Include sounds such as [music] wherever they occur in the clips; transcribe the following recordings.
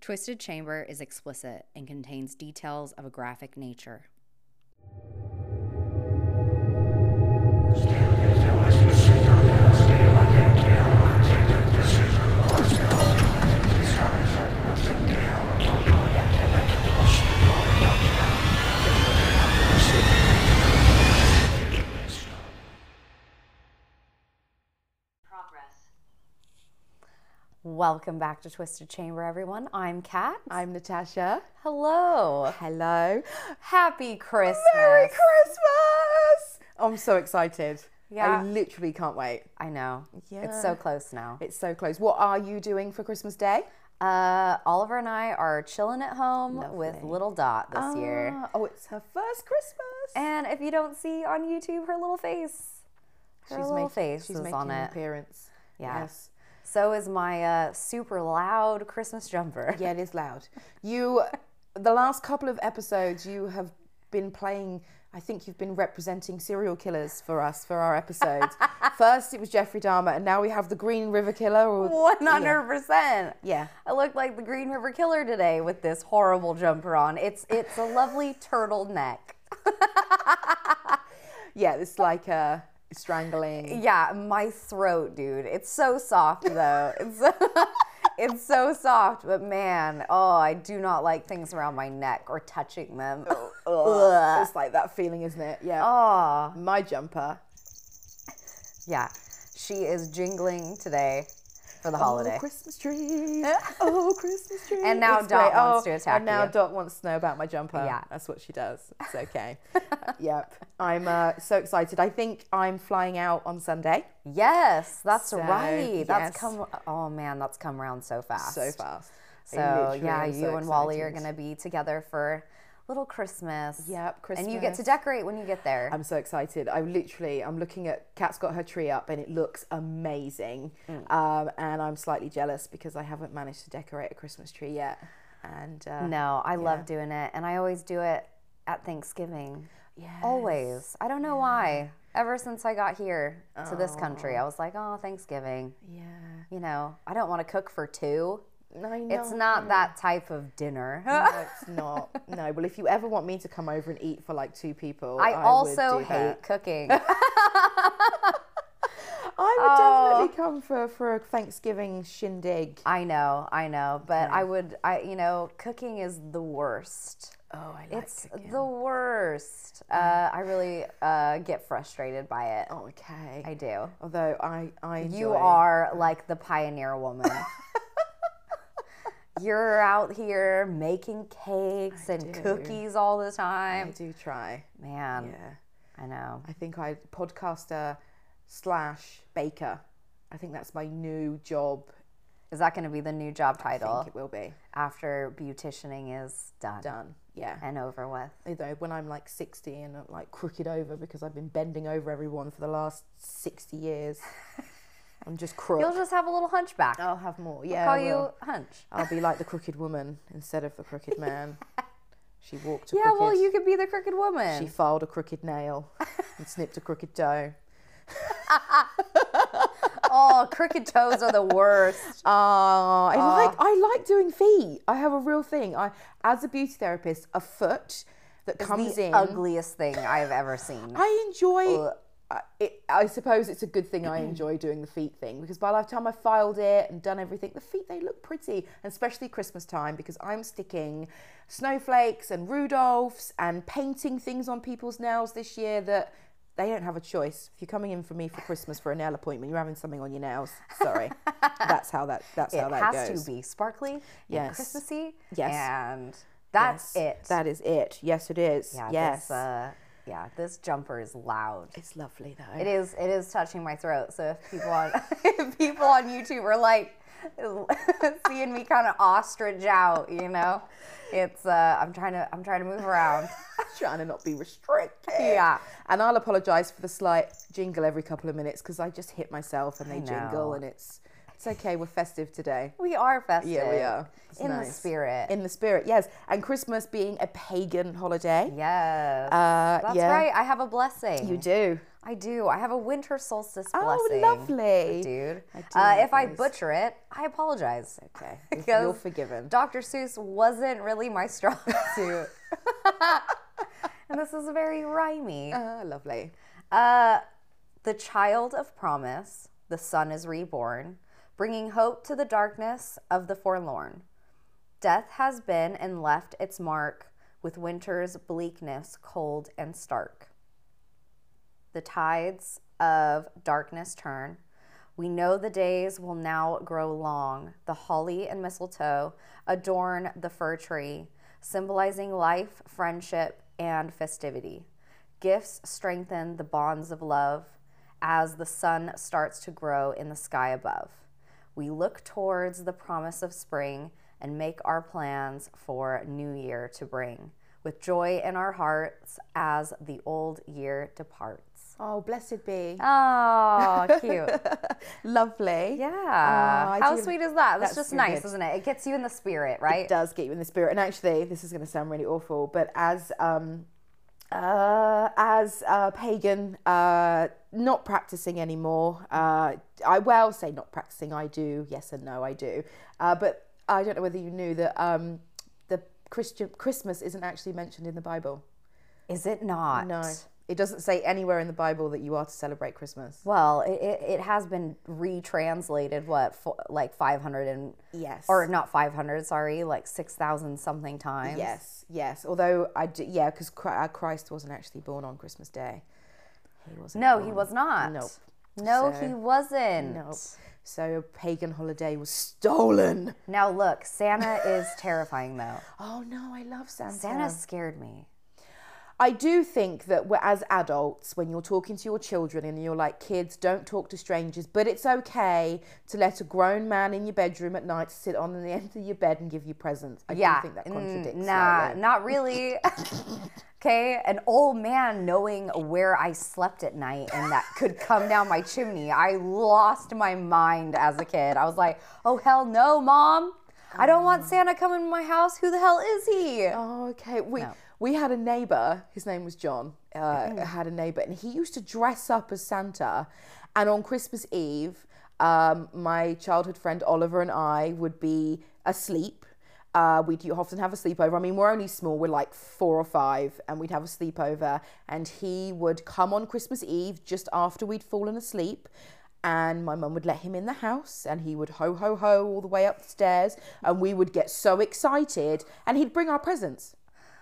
Twisted Chamber is explicit and contains details of a graphic nature. Welcome back to Twisted Chamber, everyone. I'm Kat. I'm Natasha. Hello. Hello. Happy Christmas. Merry Christmas! Oh, I'm so excited. Yeah. I literally can't wait. I know. It's so close now. It's so close. What are you doing for Christmas Day? Uh, Oliver and I are chilling at home with little Dot this year. Ah, oh, it's her first Christmas. And if you don't see on YouTube her little face, her she's little making- face she's is making on an it. appearance. Yeah. Yes. So is my uh, super loud Christmas jumper. Yeah, it is loud. You, the last couple of episodes, you have been playing. I think you've been representing serial killers for us for our [laughs] episodes. First, it was Jeffrey Dahmer, and now we have the Green River Killer. Or, One hundred percent. Yeah. I look like the Green River Killer today with this horrible jumper on. It's it's a lovely turtleneck. yeah, it's like uh, strangling. Yeah, my throat, dude. It's so soft though. [laughs] It's it's so soft, but man, oh, I do not like things around my neck or touching them. Oh. Ugh. It's like that feeling, isn't it? Yeah. Oh, My jumper. yeah. She is jingling today for the holiday. Oh, [laughs] Christmas tree. oh, Christmas tree. Oh, And now Dot wants to attack And now you. Dot wants to know about my jumper. Yeah. That's what she does. [laughs] It's okay. yep. I'm uh, so excited. I think I'm flying out on Sunday. Yes, that's So, right. That's yes. come. Oh man, that's come around so fast. So fast. So I literally yeah, am you so and Wally are excited. gonna be together for little Christmas. Yep, And you get to Christmas. decorate when you get there. I'm so excited. I literally, I'm looking at. Kat's got her tree up, and it looks amazing. Um, and I'm slightly jealous because I haven't managed to decorate a Christmas tree yet. And uh, no, I love doing it, and I always do it at Thanksgiving. Yes. Always. I don't know why. Ever since I got here to this country, I was like, oh, Thanksgiving. yeah, You know, I don't want to cook for two. I know. It's not that type of dinner. [laughs] [laughs] No, it's not. No. Well, if you ever want me to come over and eat for like two people, I, I, would also do hate that. [laughs] cooking. I would definitely come for for a Thanksgiving shindig. I know, I know, but I would, I you know, cooking is the worst. Oh, I It's the worst. Uh, I really uh, get frustrated by it. Mm. oh, okay. I do. Although I, I enjoy. You are like the pioneer [laughs] woman. You're out here making cakes and cookies all the I time. do try. Man, Yeah. I know. I think I podcaster slash baker. I think that's my new job. Is that going to be the new job I title think it will be after beauticianing is done, done. Oh. Yeah. and over with? Although when I'm like 60 and I'm like crooked over because I've been bending over everyone for the last [laughs] 60 years, I'm just crook. You'll just have a little hunchback. I'll have more. Yeah, Call Oh, I will. you hunch. I'll be like the crooked woman instead of the [laughs] crooked man. she walked a Yeah, crooked. well, you could be the crooked She woman. filed a crooked nail and snipped a crooked toe. oh, crooked toes are the worst. Oh, Uh, I like I like doing feet. I have a real thing. I, as a beauty therapist, a foot that comes the in. ugliest thing I've ever seen. I enjoy. I, it, I suppose it's a good [clears throat] thing I enjoy doing the feet thing because by the time I filed it and done everything, the feet they look pretty, and especially Christmas time because I'm sticking snowflakes and Rudolphs and painting things on people's nails this year that they don't have a choice. If you're coming in for me for Christmas for a nail appointment, you're having something on your nails. [laughs] Sorry, that's how that that's how it that has goes. to be sparkly and Yes. Christmassy. Yes. And that's it. That is it. Yes, it is. yeah, yes, This, uh, yeah, this jumper is loud. it's lovely though. [laughs] It is it is touching my throat. So if people on [laughs] if people on YouTube are like [laughs] seeing me kind of ostrich out, you know, it's uh, I'm trying to I'm trying to move [laughs] around. trying to not be restricted. Yeah. And I'll apologise for the slight jingle every couple of minutes because I just hit myself and they jingle know. and it's It's okay, we're festive today. We are festive. Yeah, we are. It's in the nice. spirit. In the spirit, yes. And Christmas being a pagan holiday. yes. Uh, That's yeah. right. I have a blessing. You do. I do. I have a winter solstice Oh, blessing. lovely. Dude. uh, love if I those. butcher it, I apologize. [laughs] Okay. [laughs] You're Because forgiven. Dr. Seuss wasn't really my strong [laughs] [laughs] suit. and this is very rhymey. Ah, lovely. Uh, the child of promise, the sun is reborn, bringing hope to the darkness of the forlorn. Death has been and left its mark with winter's bleakness, cold and stark. The tides of darkness turn. We know the days will now grow long. The holly and mistletoe adorn the fir tree, symbolizing life, friendship, and festivity. Gifts strengthen the bonds of love as the sun starts to grow in the sky above. We look towards the promise of spring and make our plans for new year to bring with joy in our hearts as the old year departs. Oh, blessed be. [laughs] Oh, cute. lovely. Yeah. I How do- sweet is that? That's, just really nice, good. isn't it? It gets you in the spirit, right? does get you in the spirit. And actually, this is going to sound really awful, but as um, uh, as a pagan, uh, not practicing anymore. Uh, I well say not practicing. I do. Yes and no, I do. Uh, but I don't know whether you knew that um, the Christian Christmas isn't actually mentioned in the Bible. Is it not? No, it doesn't say anywhere in the Bible that you are to celebrate Christmas. Well, it, it, it has been retranslated, what, fo- like 500 and. Yes. Or not 500, sorry, like 6,000 something times. Yes, yes. Although I do, yeah, because Christ wasn't actually born on Christmas Day. He wasn't. No, he was not. Mm. Nope. No, So- he wasn't. Nope. So a pagan holiday was stolen. Now look, [laughs] Santa is terrifying though. Oh no, I love Santa. Santa scared me. I do think that we as adults, when you're talking to your children and you're like, kids, don't talk to strangers, but it's okay to let a grown man in your bedroom at night sit on the [laughs] end of your bed and give you presents. I yeah. do think that mm, contradicts Nah, slightly. not really. [laughs] okay, an old man knowing where I slept at night and that could come down my chimney. I lost my mind as a kid. I was like, oh hell no, mom. I don't want Santa coming to my house. Who the hell is he? Oh, okay. We we had a neighbor. His name was John. Uh, had a neighbor, and he used to dress up as Santa. And on Christmas Eve, um, my childhood friend Oliver and I would be asleep. Uh, we'd often have a sleepover. I mean, we're only small. We're like four or five, and we'd have a sleepover. And he would come on Christmas Eve just after we'd fallen asleep and my mum would let him in the house and he would ho ho ho all the way up the stairs and we would get so excited and he'd bring our presents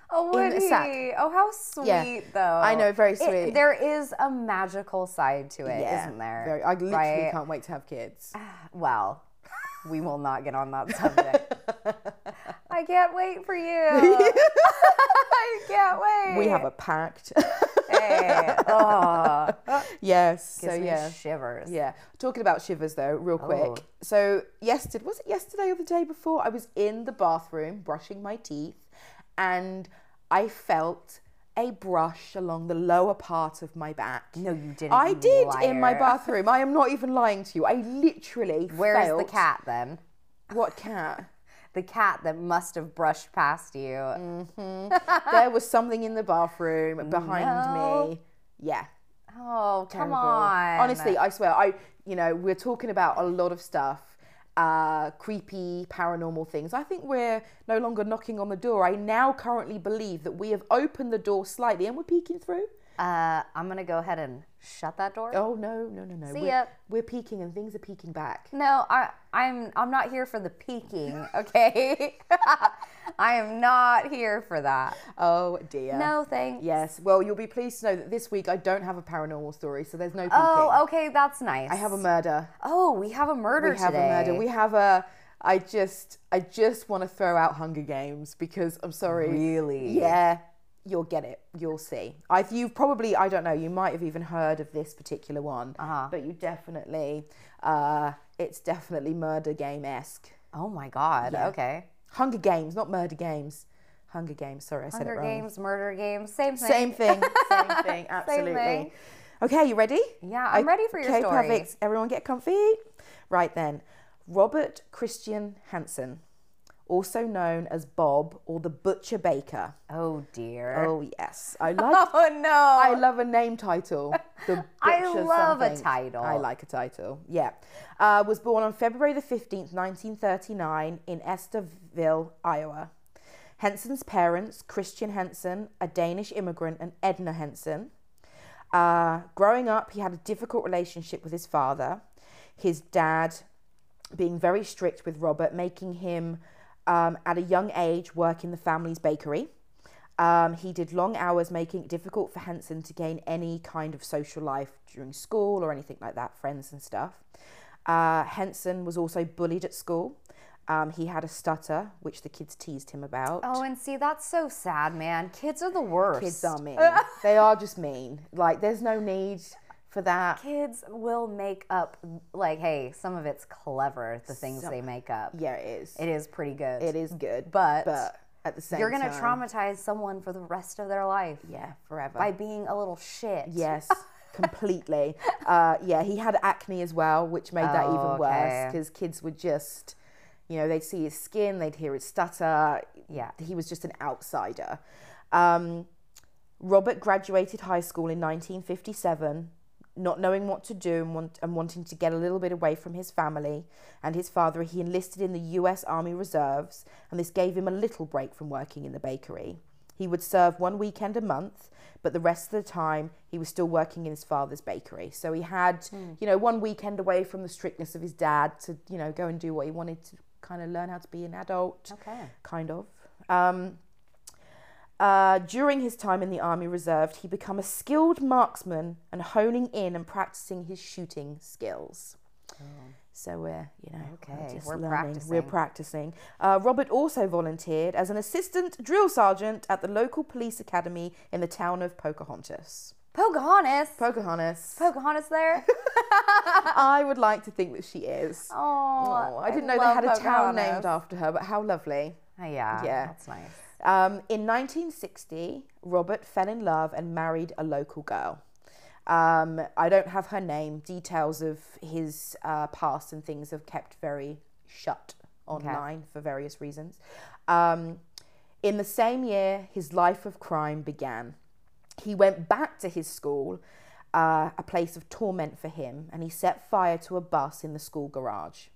Oh, would in a sack. he? Oh, how sweet Yeah. though. I know, very It- sweet. there is a magical side to it, not there? Very- i literally right? can't wait to have kids Well, we will not get on that [laughs] subject. I can't wait for you. I can't wait. we have a pact Hey, oh, [laughs] yes [laughs] so gives me yeah shivers. yeah talking about shivers though real quick Oh. so yesterday was it yesterday or the day before i was in the bathroom brushing my teeth and i felt a brush along the lower part of my back No, you didn't. I you did in [laughs] my liar. bathroom. I am not even lying to you. I literally Where's felt- the cat then? [laughs] What cat? The cat that must have brushed past you. Mm. there was something in the bathroom behind me. Yeah. Oh, come terrible. on. Honestly, I swear. I you know we're talking about a lot of stuff. Uh, creepy paranormal things. I think we're no longer knocking on the door. I now currently believe that we have opened the door slightly and we're peeking through. Uh, I'm gonna go ahead and shut that door. Oh no, no, no, no. we're, ya. we're peeking and things are peeking back. No, I, I'm I'm not here for the peeking. [laughs] Okay, I am not here for that. Oh dear. No, thanks. Yes. Well, you'll be pleased to know that this week I don't have a paranormal story, so there's no peeking. Oh, okay, that's nice. I have a murder. Oh, we have a murder We have today. a murder. We have a. I just, I just want to throw out Hunger Games because I'm sorry. Really? Yeah. You'll get it. You'll see. I, you've probably, I don't know, you might have even heard of this particular one, uh-huh. but you definitely, uh, it's definitely murder game esque. Oh my god. Okay. Hunger Games, not murder games. Hunger Games. Sorry, I said it Murder wrong. games, murder games, same thing. Same thing. [laughs] Same thing. Absolutely. thing. Okay, you ready? Yeah, I'm ready for your okay, story. Perfect. Everyone get comfy. Right then. Robert Christian Hansen, also known as Bob or the Butcher Baker. Oh dear. Oh yes, I like. [laughs] Oh, no. I love a name title. The [laughs] I Butcher love a something. title. I like a title. Yeah, uh, was born on February the fifteenth, nineteen thirty-nine, in Esterville, Iowa. Henson's parents, Christian Henson, a Danish immigrant, and Edna Henson. Uh, growing up, he had a difficult relationship with his father. His dad being very strict with Robert, making him um, at a young age work in the family's bakery. Um, he did long hours, making it difficult for Henson to gain any kind of social life during school or anything like that, friends and stuff. Uh, Henson was also bullied at school. Um, he had a stutter, which the kids teased him about. Oh, and see, that's so sad, man. Kids are the worst. Kids are mean. they are just mean. Like, there's no need for that. Kids will make up, like, hey, some of it's clever, the things they make up. Yeah, it is. It is pretty good. It is good. But but at the same You're going to time- traumatize someone for the rest of their life Yeah, forever. by being a little shit. Yes, [laughs] completely. Uh, yeah, he had acne as well, which made that Oh, even okay. worse because kids would just, you know, they'd see his skin, they'd hear his stutter. Yeah. He was just an outsider. Um, Robert graduated high school in 1957, not knowing what to do and, want, and wanting to get a little bit away from his family and his father. He enlisted in the US Army Reserves, and this gave him a little break from working in the bakery. He would serve one weekend a month, but the rest of the time he was still working in his father's bakery. So he had, you know, one weekend away from the strictness of his dad to, you know, go and do what he wanted to kind of learn how to be an adult. Okay. Kind of. Um, uh, during his time in the Army Reserve, he became a skilled marksman and honing in and practicing his shooting skills. So we're, you know, Okay, we're, just we're learning. practicing. We're practicing. Uh, Robert also volunteered as an assistant drill sergeant at the local police academy in the town of Pocahontas. Pocahontas. [laughs] Pocahontas. Pocahontas [laughs] there? I would like to think that she is. Oh, Oh, I didn't know they love had a town Pocahontas. named after her, but how lovely. Oh, yeah, Yeah. that's nice. Um, in 1960, Robert fell in love and married a local girl. Um, I don't have her name. Details of his uh, past and things have kept very shut online for various reasons. Um, in the same year, his life of crime began. He went back to his school, uh, a place of torment for him, and he set fire to a bus in the school garage.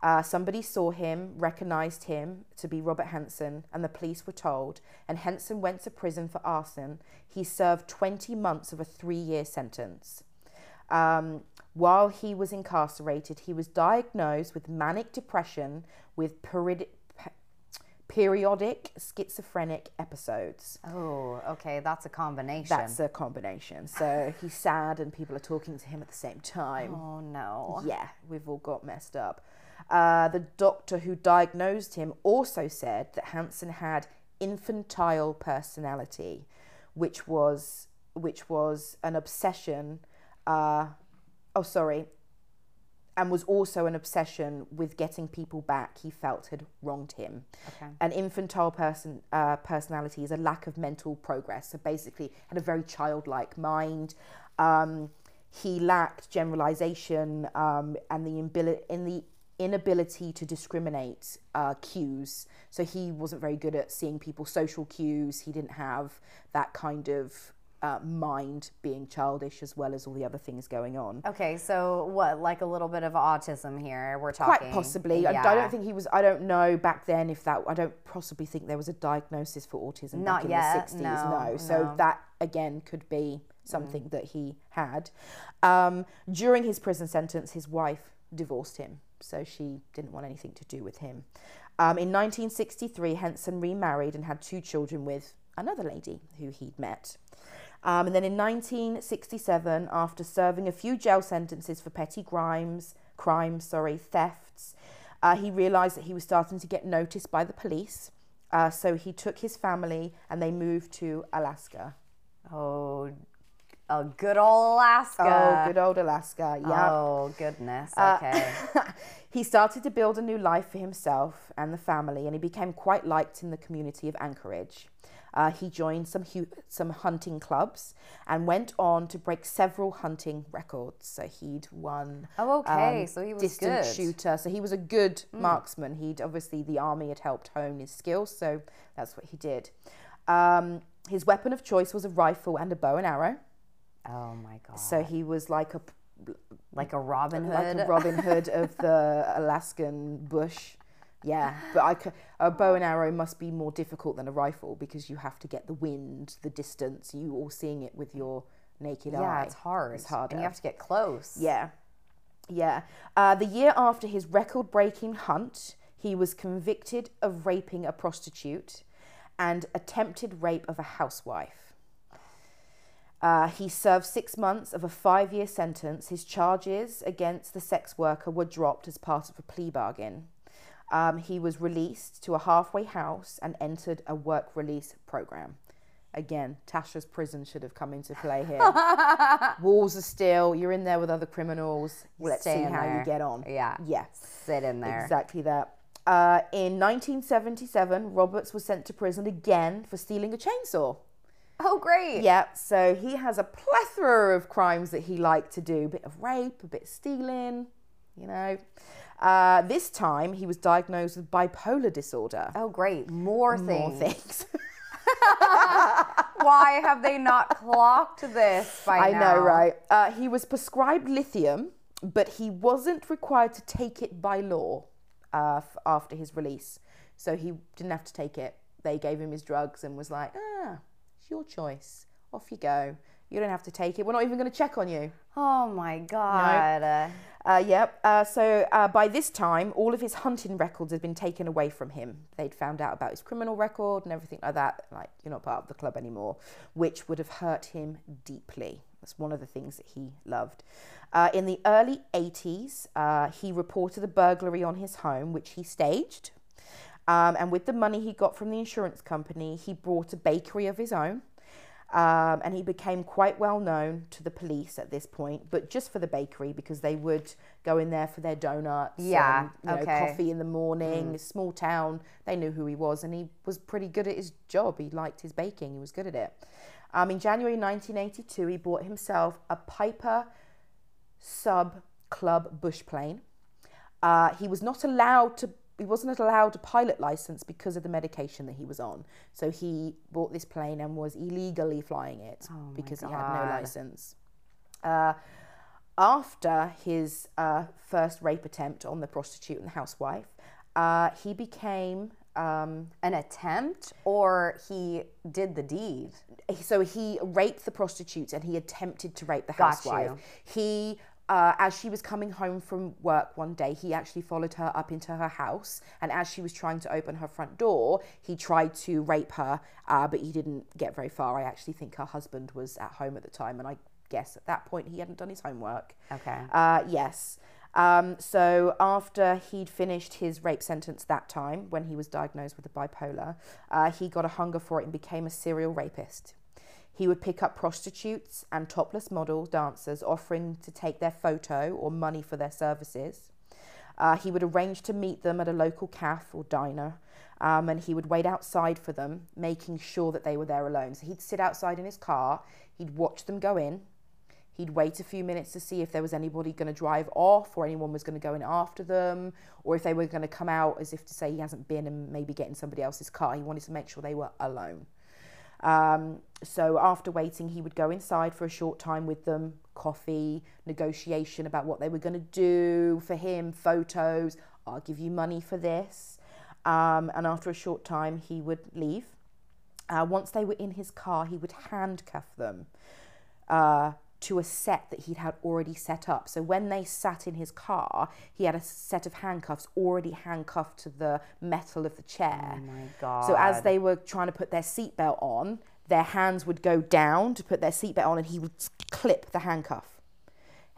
Uh, somebody saw him, recognized him to be Robert Hanson, and the police were told. And Hanson went to prison for arson. He served 20 months of a three year sentence. Um, while he was incarcerated, he was diagnosed with manic depression with period- pe- periodic schizophrenic episodes. Oh, okay, that's a combination. That's a combination. So he's sad, and people are talking to him at the same time. oh, no. Yeah, we've all got messed up. Uh, the doctor who diagnosed him also said that Hansen had infantile personality, which was which was an obsession. Uh, oh, sorry, and was also an obsession with getting people back he felt had wronged him. Okay. An infantile person uh, personality is a lack of mental progress. So basically, had a very childlike mind. Um, he lacked generalization um, and the ability in the inability to discriminate uh, cues. So he wasn't very good at seeing people's social cues. He didn't have that kind of uh, mind being childish as well as all the other things going on. Okay, so what, like a little bit of autism here? We're talking. Quite possibly. I- I, Yeah. don't think he was. I don't know back then if that. I don't possibly think there was a diagnosis for autism Not back in yet, the sixties. no, So no. Mm. that again could be something that he had. Um, during his prison sentence, his wife divorced him, so she didn't want anything to do with him. Um, in 1963, Henson remarried and had two children with another lady who he'd met. Um, and then in 1967, after serving a few jail sentences for petty crimes, crimes, sorry, thefts, uh, he realized that he was starting to get noticed by the police. Uh, so he took his family and they moved to Alaska. Oh, oh good old Alaska. oh, good old Alaska. Yeah. Uh, Oh, goodness. Okay. [laughs] he started to build a new life for himself and the family, and he became quite liked in the community of Anchorage. Uh, he joined some hu- some hunting clubs and went on to break several hunting records. So he'd won. [laughs] Oh, okay. So he was um, distant good. Mm. shooter. So he was a good marksman. He'd obviously the army had helped hone his skills. So that's what he did. Um, his weapon of choice was a rifle and a bow and arrow. Oh my god. So he was like a Like a Robin Hood. like a Robin [laughs] Hood of the Alaskan bush. Yeah, but I c- a bow and arrow must be more difficult than a rifle because you have to get the wind, the distance. You all seeing it with your naked eye. yeah, it's hard. It's harder. And you have to get close. Yeah. Yeah. Uh, the year after his record breaking hunt, he was convicted of raping a prostitute and attempted rape of a housewife. Uh, he served six months of a five year sentence. His charges against the sex worker were dropped as part of a plea bargain. Um, he was released to a halfway house and entered a work release program. Again, Tasha's prison should have come into play [laughs] here. Walls are still, you're in there with other criminals. Let's Stay see in how there. you get on. Yeah. Yeah, Sit in there. exactly that. Uh, in 1977, Roberts was sent to prison again for stealing a chainsaw. Oh, great. Yeah, so he has a plethora of crimes that he liked to do a bit of rape, a bit of stealing, you know. Uh, this time, he was diagnosed with bipolar disorder. Oh, great. More More things. things. Why have they not clocked this by [laughs] [laughs] I now? know, right? Uh, he was prescribed lithium, but he wasn't required to take it by law uh, f- after his release. So he didn't have to take it. They gave him his drugs and was like, ah, it's your choice. Off you go. You don't have to take it. We're not even going to check on you. Oh my god. Uh, Uh, yep. Uh, so uh, by this time, all of his hunting records had been taken away from him. They'd found out about his criminal record and everything like that. Like, you're not part of the club anymore, which would have hurt him deeply. That's one of the things that he loved. Uh, in the early 80s, uh, he reported a burglary on his home, which he staged. Um, and with the money he got from the insurance company, he bought a bakery of his own. Um, and he became quite well known to the police at this point, but just for the bakery because they would go in there for their donuts, Yeah, and, you know, okay. Mm. coffee in the morning. Small town, they knew who he was, and he was pretty good at his job. He liked his baking; he was good at it. Um, in January 1982, he bought himself a Piper Sub Club bush plane. Uh, he was not allowed to. He wasn't allowed a pilot license because of the medication that he was on. So he bought this plane and was illegally flying it because he had no God. license. Uh, after his uh, first rape attempt on the prostitute and the housewife, uh, he became. Um, an attempt or he did the deed. so he raped the prostitute and he attempted to rape the Got housewife. you. He, uh, as she was coming home from work one day, he actually followed her up into her house. And as she was trying to open her front door, he tried to rape her, uh, but he didn't get very far. I actually think her husband was at home at the time. And I guess at that point he hadn't done his homework. Okay. Uh, yes. Um, so after he'd finished his rape sentence that time, when he was diagnosed with a bipolar, uh, he got a hunger for it and became a serial rapist. He would pick up prostitutes and topless model dancers, offering to take their photo or money for their services. Uh, he would arrange to meet them at a local cafe or diner, um, and he would wait outside for them, making sure that they were there alone. So he'd sit outside in his car, he'd watch them go in, He'd wait a few minutes to see if there was anybody going to drive off or anyone was going to go in after them or if they were going to come out as if to say he hasn't been and maybe get in somebody else's car. He wanted to make sure they were alone. Um, so after waiting, he would go inside for a short time with them, coffee, negotiation about what they were going to do for him, photos. I'll give you money for this. Um, and after a short time, he would leave. Uh, once they were in his car, he would handcuff them uh, to a set that he'd had already set up. So when they sat in his car, he had a set of handcuffs already handcuffed to the metal of the chair. my god. So as they were trying to put their seatbelt on, their hands would go down to put their seatbelt on, and he would clip the handcuff.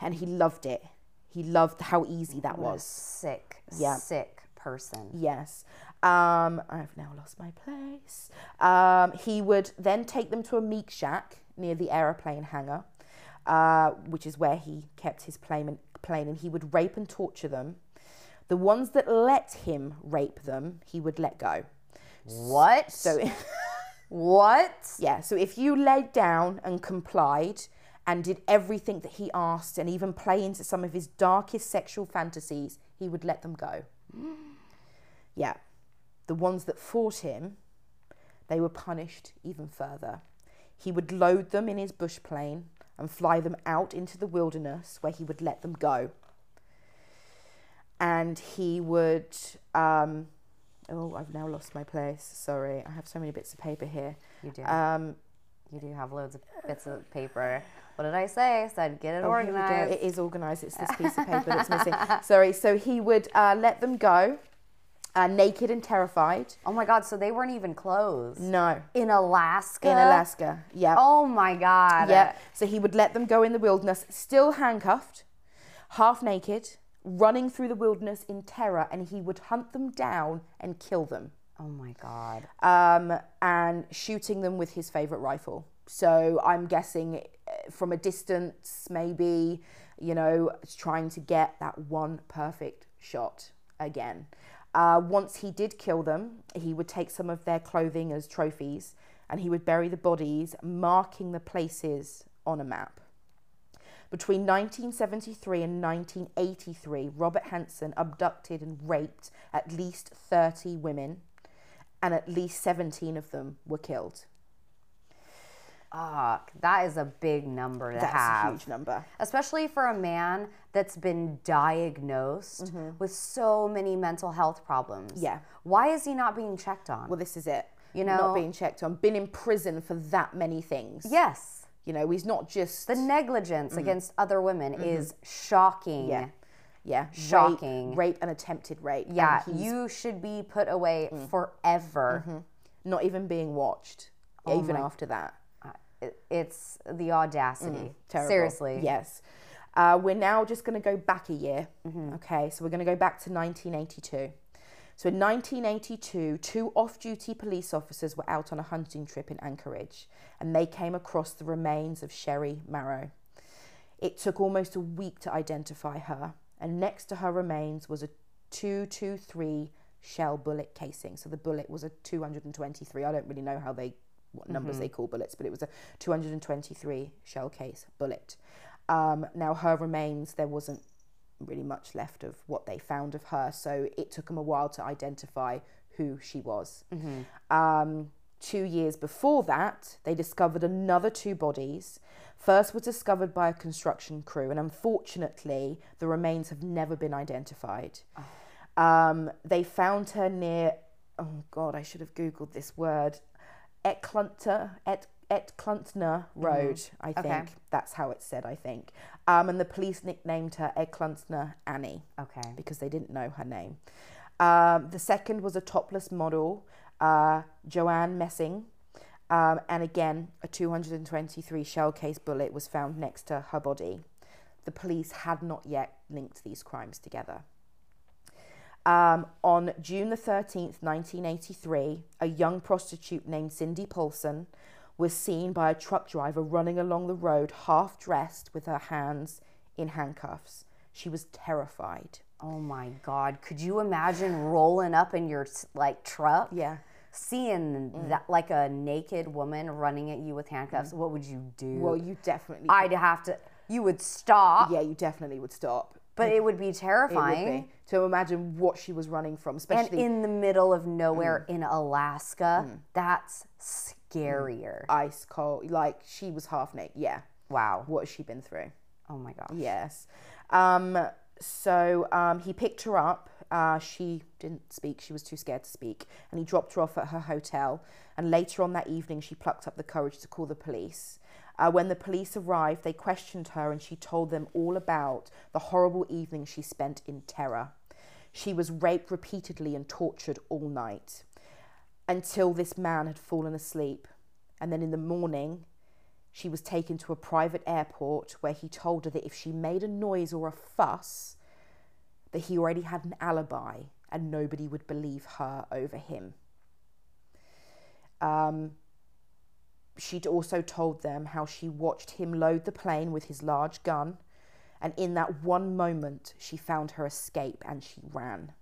And he loved it. He loved how easy that was. sick, Yeah. sick person. Yes. Um, I've now lost my place. Um, he would then take them to a meat shack near the aeroplane hangar, uh, which is where he kept his plane and, plane, and he would rape and torture them. The ones that let him rape them, he would let go. What? So What? Yeah, so if you laid down and complied and did everything that he asked and even play into some of his darkest sexual fantasies, he would let them go. yeah, the ones that fought him, they were punished even further. He would load them in his bush plane and fly them out into the wilderness where he would let them go. And he would, um, oh, I've now lost my place. Sorry, I have so many bits of paper here. You do. Um, you do have loads of bits of paper. What did I say? I said get it Oh, here we go. organized. It is organized. It's this piece of paper that's missing. Sorry. So he would uh, let them go, uh, naked and terrified. Oh my god, so they weren't even closed. No, In Alaska. in Alaska. Yeah. Oh my god. Yeah. So he would let them go in the wilderness, still handcuffed, half naked, running through the wilderness in terror, and he would hunt them down and kill them, Oh my god. um, and shooting them with his favorite rifle. So I'm guessing eh, from a distance, maybe, you know, trying to get that one perfect shot again. Uh, once he did kill them, he would take some of their clothing as trophies and he would bury the bodies, marking the places on a map. Between 1973 and 1983, Robert Hansen abducted and raped at least 30 women, and at least 17 of them were killed. Fuck. That is a big number to That's have. a huge number. especially for a man that's been diagnosed with so many mental health problems. Mm-hmm. Yeah. Why is he not being checked on? Well, this is it. You know- not being checked on, been in prison for that many things. yes. You know, he's not just The negligence against other women is shocking. Mm-hmm. yeah, yeah, rape- Shocking. rape, and attempted rape. and Yeah, he's Mm. Mm-hmm. you should be put away forever. not even being watched, Oh even after that. Uh, it- It's the audacity. Mm-hmm. Terrible. Seriously. Yes. Uh, we're now just going to go back a year. Okay, so we're going to go back to 1982. So in 1982, two off duty police officers were out on a hunting trip in Anchorage and they came across the remains of Sherry Marrow. It took almost a week to identify her, and next to her remains was a 223 shell bullet casing. So the bullet was a 223. I don't really know how they what numbers they call bullets, but it was a 223 shell case bullet. Um, now her remains, there wasn't really much left of what they found of her, so it took them a while to identify who she was. Um, two years before that, they discovered another two bodies. First was discovered by a construction crew, and unfortunately, the remains have never been identified. Um, they found her near, oh God, I should have Googled this word, Eklunter, Et, Etcluntner Road, I think. That's how it's said, I think. Um, and the police nicknamed her Eklunter Annie Okay. because they didn't know her name. Um, the second was a topless model, uh, Joanne Messing. Um, and again, a 223 shell case bullet was found next to her body. The police had not yet linked these crimes together. Um, on June the 13th, 1983, a young prostitute named Cindy Paulson was seen by a truck driver running along the road half dressed with her hands in handcuffs. She was terrified. Oh my God. Could you imagine rolling up in your like truck? Yeah. Mm. Seeing that, like a naked woman running at you with handcuffs, what would you do? Mm-hmm. Well, you definitely. I'd have to. You would stop, yeah, you definitely would stop. but it would be It would terrifying. be. To imagine what she was running from, And especially. Mm. in the middle of nowhere in Alaska, that's scarier. ice cold like she was half naked yeah Wow. what has she been through Oh my gosh. Yes. Um, so um, he picked her up. Uh, she didn't speak. She was too scared to speak. And he dropped her off at her hotel. And later on that evening, she plucked up the courage to call the police. Uh, when the police arrived, they questioned her and she told them all about the horrible evening she spent in terror. She was raped repeatedly and tortured all night until this man had fallen asleep. And then in the morning, she was taken to a private airport where he told her that if she made a noise or a fuss, that he already had an alibi and nobody would believe her over him. Um, she'd also told them how she watched him load the plane with his large gun, and in that one moment, she found her escape and she ran.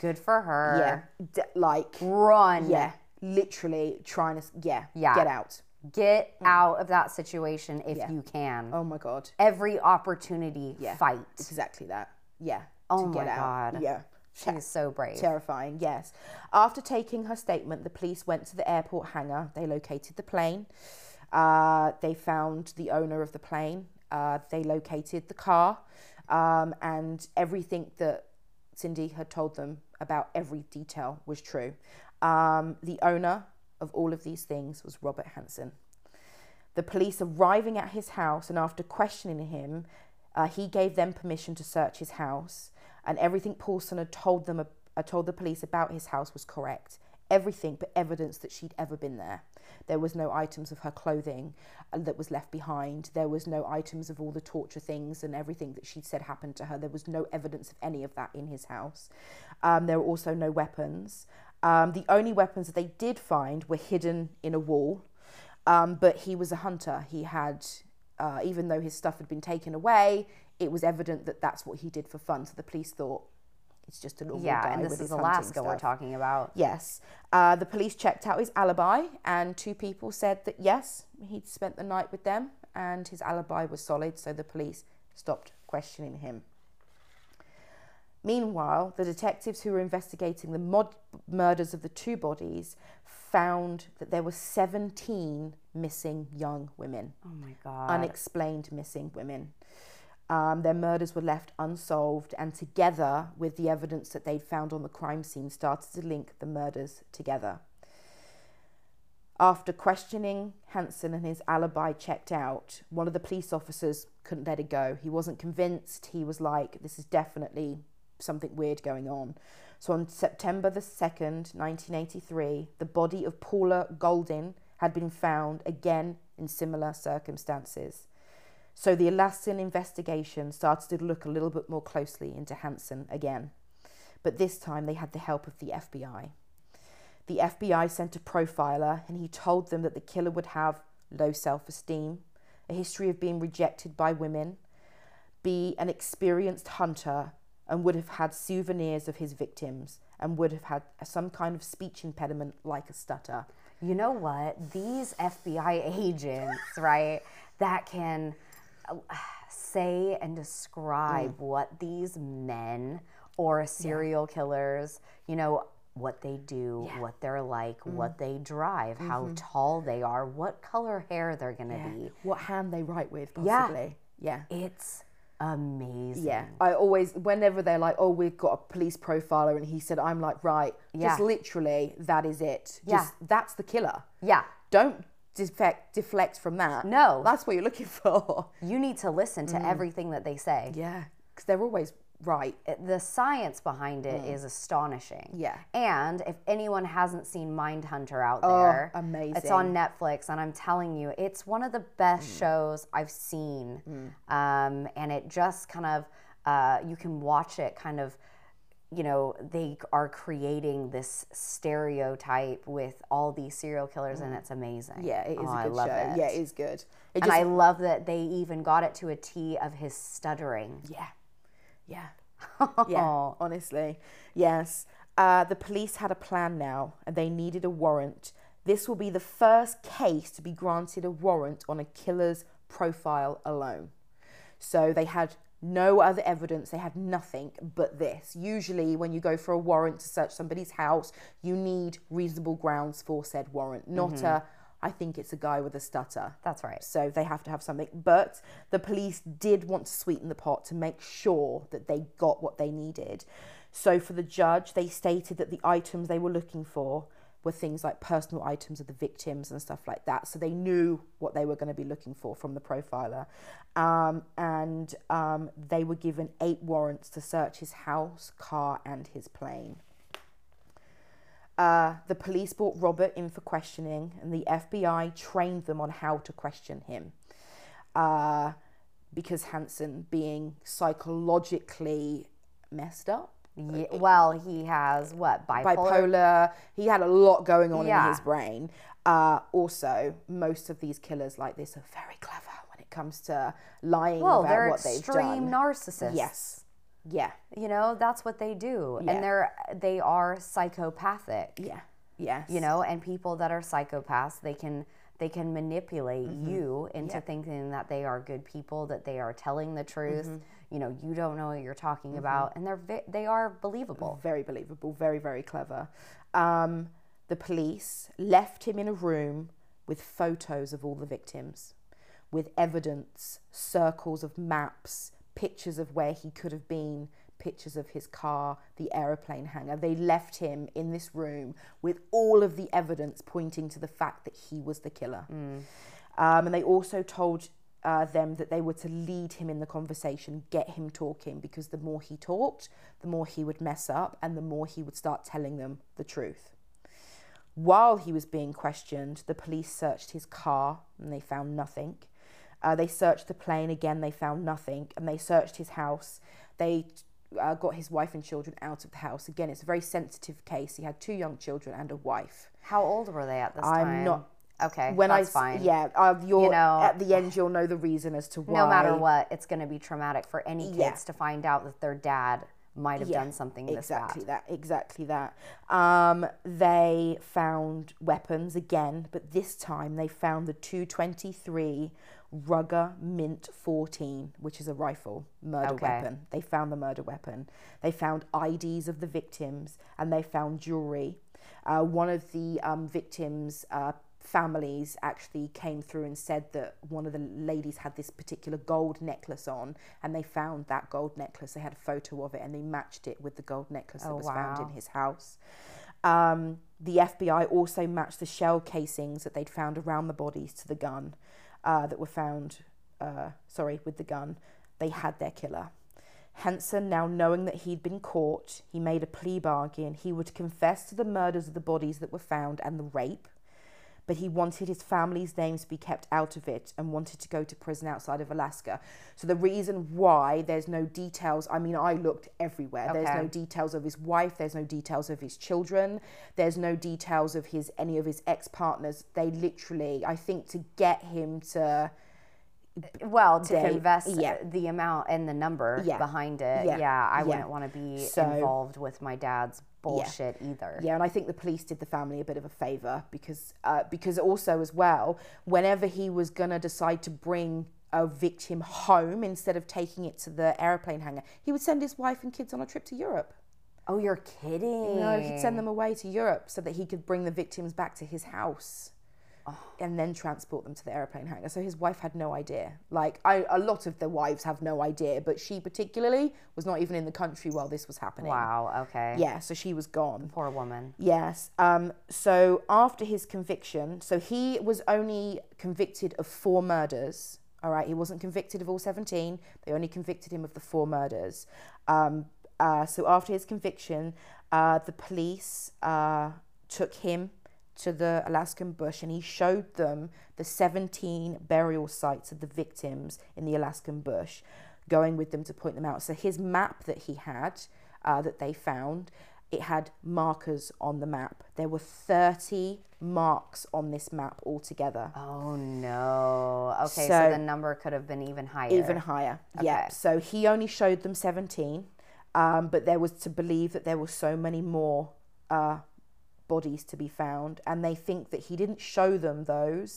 Good for her. Mm. Yeah, d- like Run. yeah, literally trying to s- yeah, Yeah. get out. Get out of that situation if Mm. Yeah. you can. Oh my god. Every opportunity, fight. Exactly that. Yeah. Oh to get my out. God. Yeah. She's so brave. Terrifying, yes. After taking her statement, the police went to the airport hangar. They located the plane. Uh, they found the owner of the plane. Uh, they located the car um, and everything that Cindy had told them about every detail was true. Um, the owner of all of these things was Robert Hansen. The police arriving at his house and after questioning him, uh, he gave them permission to search his house, and everything Paulson had told them, uh, told the police about his house was correct. Everything but evidence that she'd ever been there. There was no items of her clothing uh, that was left behind. There was no items of all the torture things and everything that she'd said happened to her. There was no evidence of any of that in his house. Um, there were also no weapons. Um, the only weapons that they did find were hidden in a wall. Um, but he was a hunter. He had, uh, even though his stuff had been taken away, it was evident that that's what he did for fun. So the police thought it's just a normal guy yeah, and this is with his hunting Alaska we're stuff." talking about. Yes. Uh, the police checked out his alibi, and two people said that yes, he'd spent the night with them, and his alibi was solid. So the police stopped questioning him. Meanwhile, the detectives who were investigating the mod- murders of the two bodies found that there were 17 missing young women, Oh my God. unexplained missing women. Um, their murders were left unsolved, and together with the evidence that they'd found on the crime scene, started to link the murders together. After questioning Hansen and his alibi checked out, one of the police officers couldn't let it go. He wasn't convinced. He was like, this is definitely something weird going on. So on September the 2nd, 1983, the body of Paula Goldin had been found again in similar circumstances. So the Alaskan investigation started to look a little bit more closely into Hansen again. But this time they had the help of the FBI. The FBI sent a profiler and he told them that the killer would have low self esteem, a history of being rejected by women, be an experienced hunter, and would have had souvenirs of his victims and would have had some kind of speech impediment like a stutter. You know what? These FBI [laughs] agents, right, that can uh, say and describe what these men or serial killers, you know, what they do, what they're like, what they drive, how tall they are, what color hair they're going to be. What hand they write with, possibly. yeah. It's amazing. Yeah, I always, whenever they're like, "Oh, we've got a police profiler," and he said, "I'm like, right, just Yeah. literally, that is it. Yeah. Just that's the killer. Yeah. Don't defect, deflect from that. No. that's what you're looking [laughs] for. You need to listen to everything that they say. Yeah, because they're always right. it- the science behind it is astonishing. Mm. Yeah. And if anyone hasn't seen Mindhunter out there, It's on Oh, amazing. Mm. Netflix and I'm telling you, it's one of the best shows I've seen. Um, and it just kind of uh, you can watch it kind of you know, they are creating this stereotype with all these serial killers and it's amazing. Mm. Yeah, it is Oh, a I good show. love it. Yeah, it is good. It and I love that they even got it to a T of his stuttering. Yeah. Yeah. [laughs] [laughs] yeah. Honestly. Yes. Uh, the police had a plan now and they needed a warrant. This will be the first case to be granted a warrant on a killer's profile alone. So they had no other evidence, they had nothing but this. Usually, when you go for a warrant to search somebody's house, you need reasonable grounds for said warrant, not a, I think it's a guy with a stutter. That's right. So they have to have something. But the police did want to sweeten the pot to make sure that they got what they needed. So for the judge, they stated that the items they were looking for were things like personal items of the victims and stuff like that. So they knew what they were going to be looking for from the profiler. Um, and um, they were given eight warrants to search his house, car, and his plane. Uh, the police brought Robert in for questioning, and the FBI trained them on how to question him. Uh, because Hansen, being psychologically messed up, Ye- well, he has what bipolar. bipolar, he had a lot going on in Yeah. his brain. Uh, also, most of these killers like this are very clever when it comes to lying well, about they're what they've extreme done. narcissists. yes. Yeah. you know that's what they do, Yeah. and they're they are psychopathic. Yeah. Yes. you know and people that are psychopaths they can they can manipulate Mm-hmm. you into thinking that they are good people that they are telling the truth Mm-hmm. you know you don't know what you're talking about and they're ve- they are believable Very believable, very, very clever. Um, the police left him in a room with photos of all the victims, with evidence, circles of maps, pictures of where he could have been, pictures of his car, the aeroplane hangar. They left him in this room with all of the evidence pointing to the fact that he was the killer. Um, and they also told uh, them that they were to lead him in the conversation, get him talking, because the more he talked, the more he would mess up and the more he would start telling them the truth. While he was being questioned, the police searched his car and they found nothing. Uh, they searched the plane again, they found nothing. And they searched his house. They uh, got his wife and children out of the house. Again, it's a very sensitive case. He had two young children and a wife. how old were they at this I'm time not- okay When that's I, s- fine Yeah, uh, you'll, You know- at the end, you'll know the reason as to why. no matter what it's going to be traumatic for any kids Yeah. to find out that their dad might have Yeah, done something this exactly bad that exactly that um, they found weapons again but this time they found the 223 rugger mint 14 which is a rifle murder Okay. weapon they found the murder weapon they found ids of the victims and they found jewelry uh, one of the um, victims uh, families actually came through and said that one of the ladies had this particular gold necklace on and they found that gold necklace they had a photo of it and they matched it with the gold necklace that was found in his house um, the fbi also matched the shell casings that they'd found around the bodies to the gun uh, that were found uh, sorry with the gun they had their killer Henson, now knowing that he'd been caught, he made a plea bargain. He would confess to the murders of the bodies that were found and the rape, but he wanted his family's names to be kept out of it and wanted to go to prison outside of Alaska. So the reason why there's no details, I mean, I looked everywhere. There's Okay. no details of his wife, there's no details of his children, there's no details of his any of his ex-partners. They literally, I think to get him to well to They- invest yeah. the amount and the number Yeah. behind it Yeah. yeah, i Yeah. wouldn't want to be So- involved with my dad's bullshit either Yeah, and I think the police did the family a bit of a favor because uh, because also as well, whenever he was gonna decide to bring a victim home instead of taking it to the airplane hangar, he would send his wife and kids on a trip to Europe. oh you're kidding No, he'd send them away to Europe so that he could bring the victims back to his house. And then transport them to the airplane hangar. So his wife had no idea. Like I, a lot of the wives have no idea, but she particularly was not even in the country while this was happening. wow okay Yeah, so she was gone. poor woman Yes. Um, so after his conviction, so he was only convicted of four murders. All right, he wasn't convicted of all 17. They only convicted him of the four murders. Um, uh, so after his conviction, uh, the police uh, took him to the Alaskan bush and he showed them the 17 burial sites of the victims in the Alaskan bush, going with them to point them out. So his map that he had, uh, that they found, it had markers on the map. There were 30 marks on this map altogether. oh no okay so, So- the number could have been even higher Even higher. Yeah. Okay. So he only showed them 17, um, but there was to believe that there were so many more uh, bodies to be found. And they think that he didn't show them those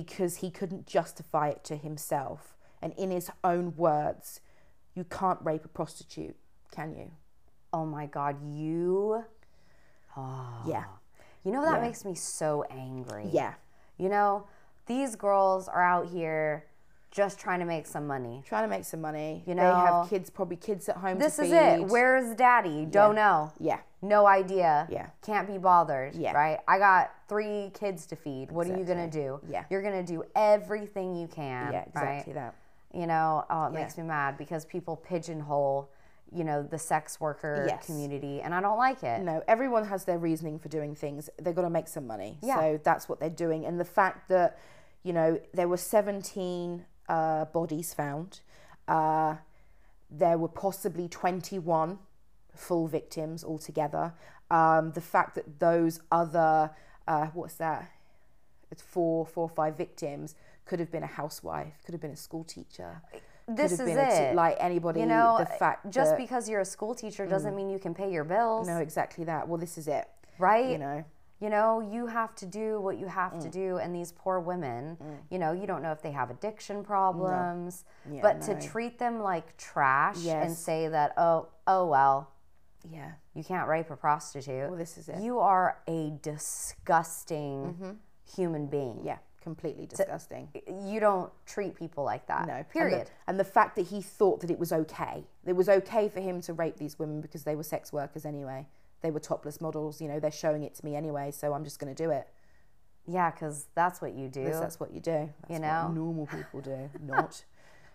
because he couldn't justify it to himself. And in his own words, you can't rape a prostitute, can you? oh my god you oh, Yeah. you know that makes me so angry Yeah. you know these girls are out here just trying to make some money Trying to make some money. You You know, they know, have kids, probably kids at home. to this is it feed. where's daddy don't know Yeah. no idea. Yeah. Can't be bothered. Yeah. Right? I got three kids to feed. What are you gonna do? Yeah. You're gonna do everything you can. Yeah, exactly Right? that. You know, oh, it makes me mad because people pigeonhole, you know, the sex worker Yes. community and I don't like it. No, everyone has their reasoning for doing things. They've got to make some money. Yeah. So that's what they're doing. And the fact that, you know, there were 17 uh, bodies found, uh, there were possibly 21 full victims altogether. Um, the fact that those other, uh, what's that? It's four, four or five victims could have been a housewife, could have been a school teacher. could This have is been a te- it. like anybody, You know, the fact just that, Mm. because you're a school teacher doesn't mean you can pay your bills, no, exactly that. Well, this is it. right? You know, you know, you have to do what you have Mm. to do. And these poor women, you know, you don't know if they have addiction problems, Yeah, but Mm. no. to treat them like trash and Yes. say that, oh, oh, well, Yeah. you can't rape a prostitute. Well, this is it. Mm-hmm. You are a disgusting human being. Yeah. Completely disgusting. You don't treat people like that. No. Period. And the, and the fact that he thought that it was okay. It was okay for him to rape these women because they were sex workers anyway. They were topless models, you know, they're showing it to me anyway, so I'm just going to do it. yeah, because that's what you do. Because that's what you do. That's You what know? normal [laughs] people do, not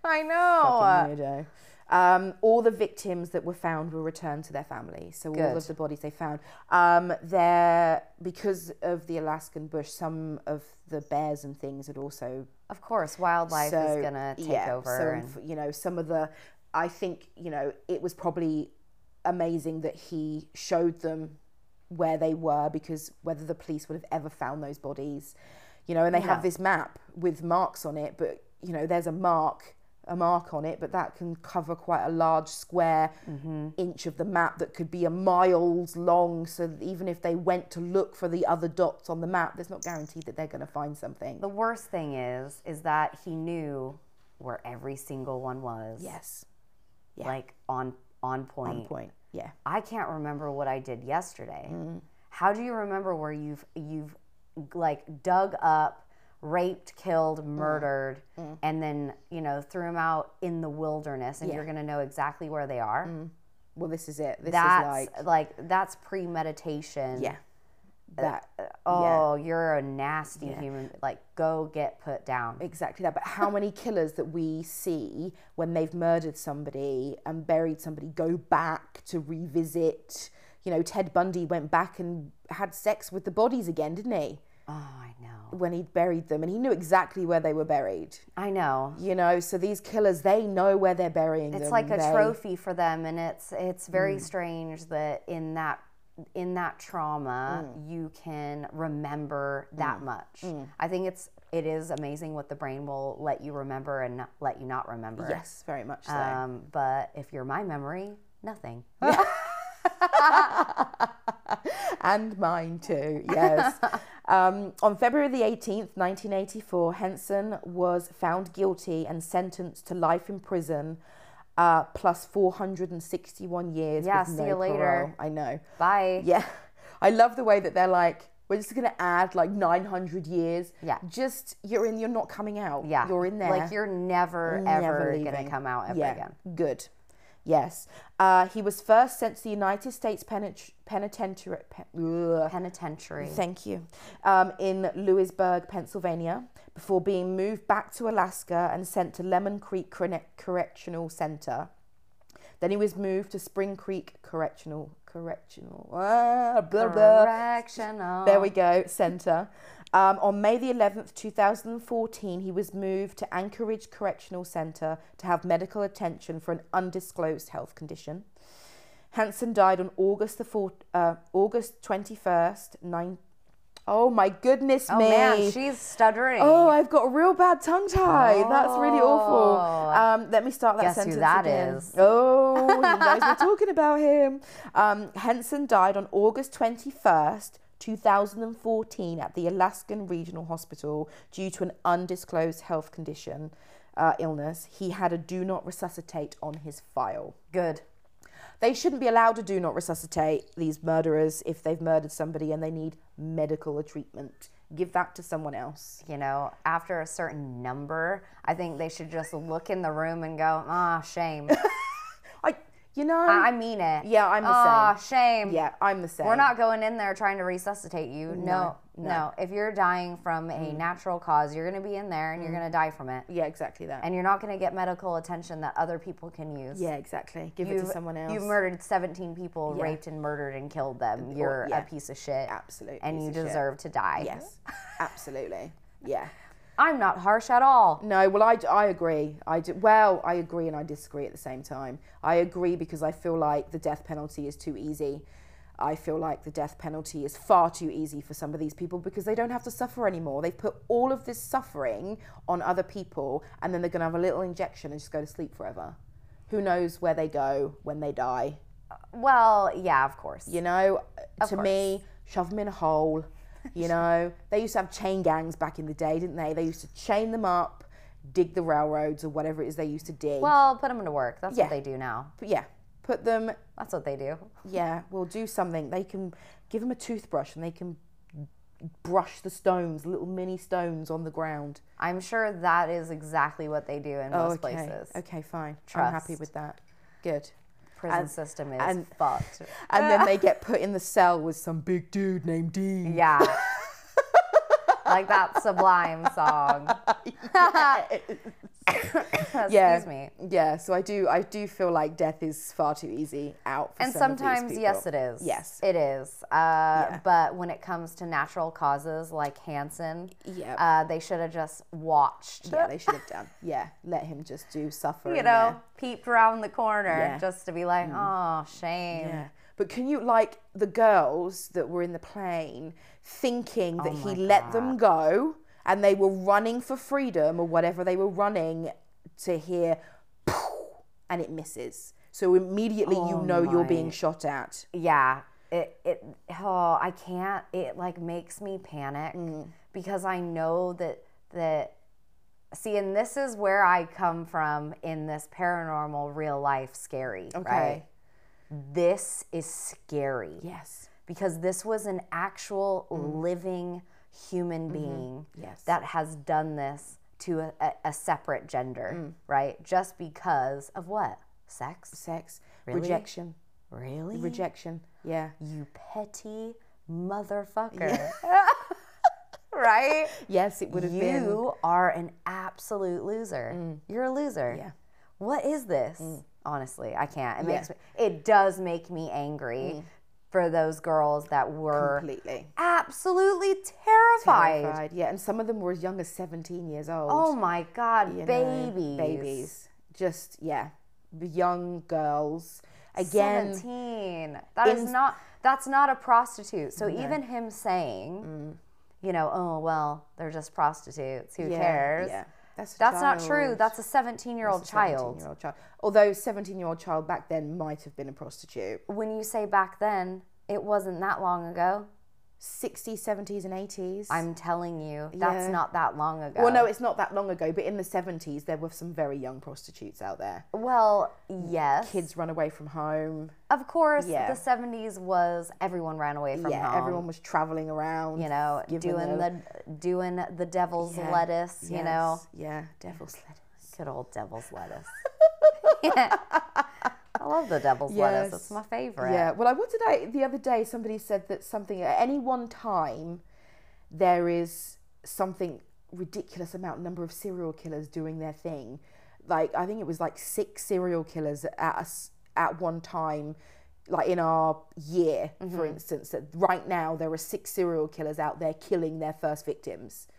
I know. fucking weirdo. Um, all the victims that were found were returned to their families. So all Good. of the bodies they found. Um, there, because of the Alaskan bush, some of the bears and things had also Of course, wildlife so, is gonna take yeah, over. and- So, you know, some of the, I think, you know, it was probably amazing that he showed them where they were because whether the police would have ever found those bodies, you know, and they have this map with marks on it, but, you know, there's a mark. A mark on it, but that can cover quite a large square Mm-hmm. inch of the map that could be a miles long. So that even if they went to look for the other dots on the map, there's not guaranteed that they're going to find something. the worst thing is, is that he knew where every single one was. Yes, Like on on point. point. Yeah. I can't remember what I did yesterday. How do you remember where you've you've like dug up, raped, killed, murdered, and then you know threw them out in the wilderness, and you're gonna know exactly where they are? well, this is it. This That's is like, that's premeditation. yeah, that Oh, you're a nasty human. Like go get put down. exactly that. But how many killers that we see when they've murdered somebody and buried somebody go back to revisit? You know, Ted Bundy went back and had sex with the bodies again, didn't he? Oh, I know. When he buried them, and he knew exactly where they were buried. I know. You know, so these killers, they know where they're burying them. It's like a They- trophy for them, and it's it's very Mm. strange that in that in that trauma Mm. you can remember that much. I think it's it is amazing what the brain will let you remember and not, let you not remember. Yes, very much so. Um, but if you're my memory, nothing. and mine too, [laughs] yes. um, on February the 18th, 1984, Henson was found guilty and sentenced to life in prison uh, plus 461 years. Yeah, with see no you later. parole. I know. Bye. Yeah. I love the way that they're like, we're just going to add like 900 years. Yeah. Just, you're in, you're not coming out. Yeah. You're in there. Like you're never, Never ever going leaving. to come out ever yeah, again. Good. Yes. Uh, he was first sent to the United States penit- penitentiary. Pe- ugh. Penitentiary. Thank you. Um, in Louisburg, Pennsylvania, before being moved back to Alaska and sent to Lemon Creek Corre- Correctional Center. Then he was moved to Spring Creek Correctional Correctional. Ah, blah, blah. Correctional. There we go, centre. Um, on May the 11th, 2014, he was moved to Anchorage Correctional Centre to have medical attention for an undisclosed health condition. Hanson died on August the 4th, uh, August 21st, nine oh my goodness Oh me. man, she's stuttering. Oh, I've got a real bad tongue tie. That's really awful. Oh. Um, let me start that Guess who sentence that again. is. Oh, [laughs] you guys were talking about him. Um, Henson died on August 21st, 2014, at the Alaskan Regional Hospital due to an undisclosed health condition, uh, illness. He had a do not resuscitate on his file. Good. They shouldn't be allowed to do not resuscitate these murderers if they've murdered somebody and they need medical treatment. Give that to someone else. you know, after a certain number, I think they should just look in the room and go, ah, [laughs] shame. I, you know, I mean it. Yeah, I'm the Ah, shame. yeah, I'm the same. We're not going in there trying to resuscitate you. No, no. If you're dying from a natural cause, you're going to be in there and you're going to die from it. Mm. Yeah, exactly that. And you're not going to get medical attention that other people can use. yeah, exactly. Give it to You've- someone else. You murdered 17 people, raped and murdered and killed them. You're yeah. a piece of shit. Absolute And piece you of shit. deserve to die. yes, [laughs] [laughs] absolutely. Yeah. I'm not harsh at all. No, well, I, I agree. I do, well, I agree and I disagree at the same time. I agree because I feel like the death penalty is too easy. I feel like the death penalty is far too easy for some of these people because they don't have to suffer anymore. They've put all of this suffering on other people and then they're going to have a little injection and just go to sleep forever. Who knows where they go when they die? Well, yeah, of course. You know, to me, shove them in a hole, [laughs] You know, they used to have chain gangs back in the day, didn't they? They used to chain them up, dig the railroads or whatever it is they used to dig. Well, put them into work. That's Yeah. what they do now. but yeah, put them. That's what they do. Yeah, we'll do something. They can give them a toothbrush and they can brush the stones, little mini stones on the ground. I'm sure that is exactly what they do in most okay. places. Okay, fine. I'm happy with that. Good. Prison system is and- fucked. And Uh, [laughs] then they get put in the cell with some big dude named Dean. [laughs] Yeah. like that Sublime [laughs] song. [coughs] Excuse Yeah. me. Yeah, so I do I do feel like death is far too easy out for And some of these sometimes, people. yes, it is. [laughs] Yes. It is. Uh, But when it comes to natural causes like Hanson, Yeah. uh, they should have just watched. Yeah, they should have done. Yeah, let him just do suffer. You in know, peeped around the corner Yeah. Mm. just to be like, oh, shame. there. Yeah. But can you like the girls that were in the plane thinking Oh that he let them go and they were running for freedom or whatever they were running to hear "Pow," and it misses. So immediately Oh you know you're being shot at. yeah it it oh i can't it like makes me panic because i know that that see and this is where i come from in this paranormal real life scary right this is scary Yes. because this was an actual living human being Yes. that has done this to a, a, a separate gender right just because of what sex Sex. Rejection. really Rejection. Yeah. you petty motherfucker. [laughs] right? Yes, it would have been. You are an absolute loser. You're a loser. Mm. Yeah. Mm. What is this? Honestly, I can't. It makes me it does make me angry Mm. for those girls that were Completely. absolutely terrified. Terrified. Yeah, and some of them were as young as 17 years old. Oh my god, you know, babies. Babies. Just, yeah, b- young girls. Again, 17 That is not that's not a prostitute so even him saying you know oh well they're just prostitutes who Mm. yeah, cares yeah, that's a that's not true child. that's a 17 year old child 17-year-old child. Although 17 year old child back then might have been a prostitute. when you say back then it wasn't that long ago 60s, 70s, and 80s. i'm telling you that's Yeah. not that long ago well, no, it's not that long ago, but in the 70s, there were some very young prostitutes out there. well yes Kids run away from home. of course Yeah. the 70s was everyone ran away from yeah, home everyone was traveling around. you know giving doing them- the doing the devil's Yeah, lettuce you know yes, Yeah, devil's lettuce. Good old devil's lettuce. [laughs] I love the devil's lettuce. It's Yes. my favorite. Yeah. Well, I what did I the other day? Somebody said that something at any one time there is something ridiculous amount number of serial killers doing their thing. Like I think it was like six serial killers at us at one time. Like in our year, for instance, that right now there are six serial killers out there killing their first victims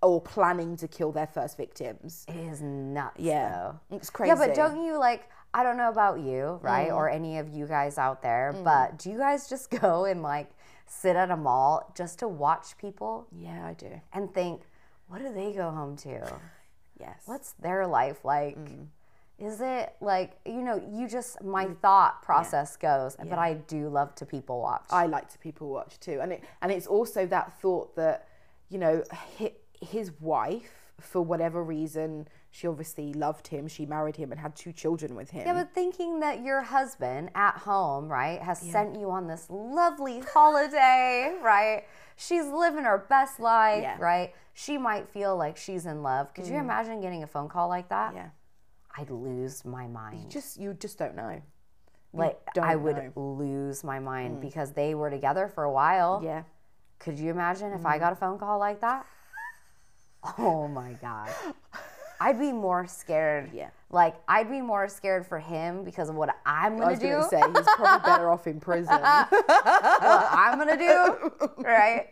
or planning to kill their first victims. It is nuts. Yeah. though. It's crazy. Yeah, but don't you like? I don't know about you, right, or any of you guys out there, but do you guys just [laughs] go and like sit at a mall just to watch people Yeah, I do. and think, what do they go home to? Yes. What's their life like? Is it like you know? You just my thought process goes, but I do love to people watch. I like to people watch too, and it and it's also that thought that you know his, his wife for whatever reason she obviously loved him, she married him and had two children with him. Yeah, but thinking that your husband at home, right, has sent you on this lovely holiday, right? She's living her best life, Yeah. Mm. right? She might feel like she's in love. Could you imagine getting a phone call like that? yeah, I'd lose my mind. just you just don't know. Like don't I would know. Mm. lose my mind because they were together for a while. Yeah, Mm-hmm. Could you imagine if I got a phone call like that? Oh my God. I'd be more scared. Yeah. Like, I'd be more scared for him because of what I'm I going was to do. going to say he's probably better [laughs] off in prison. what I'm gonna do, right?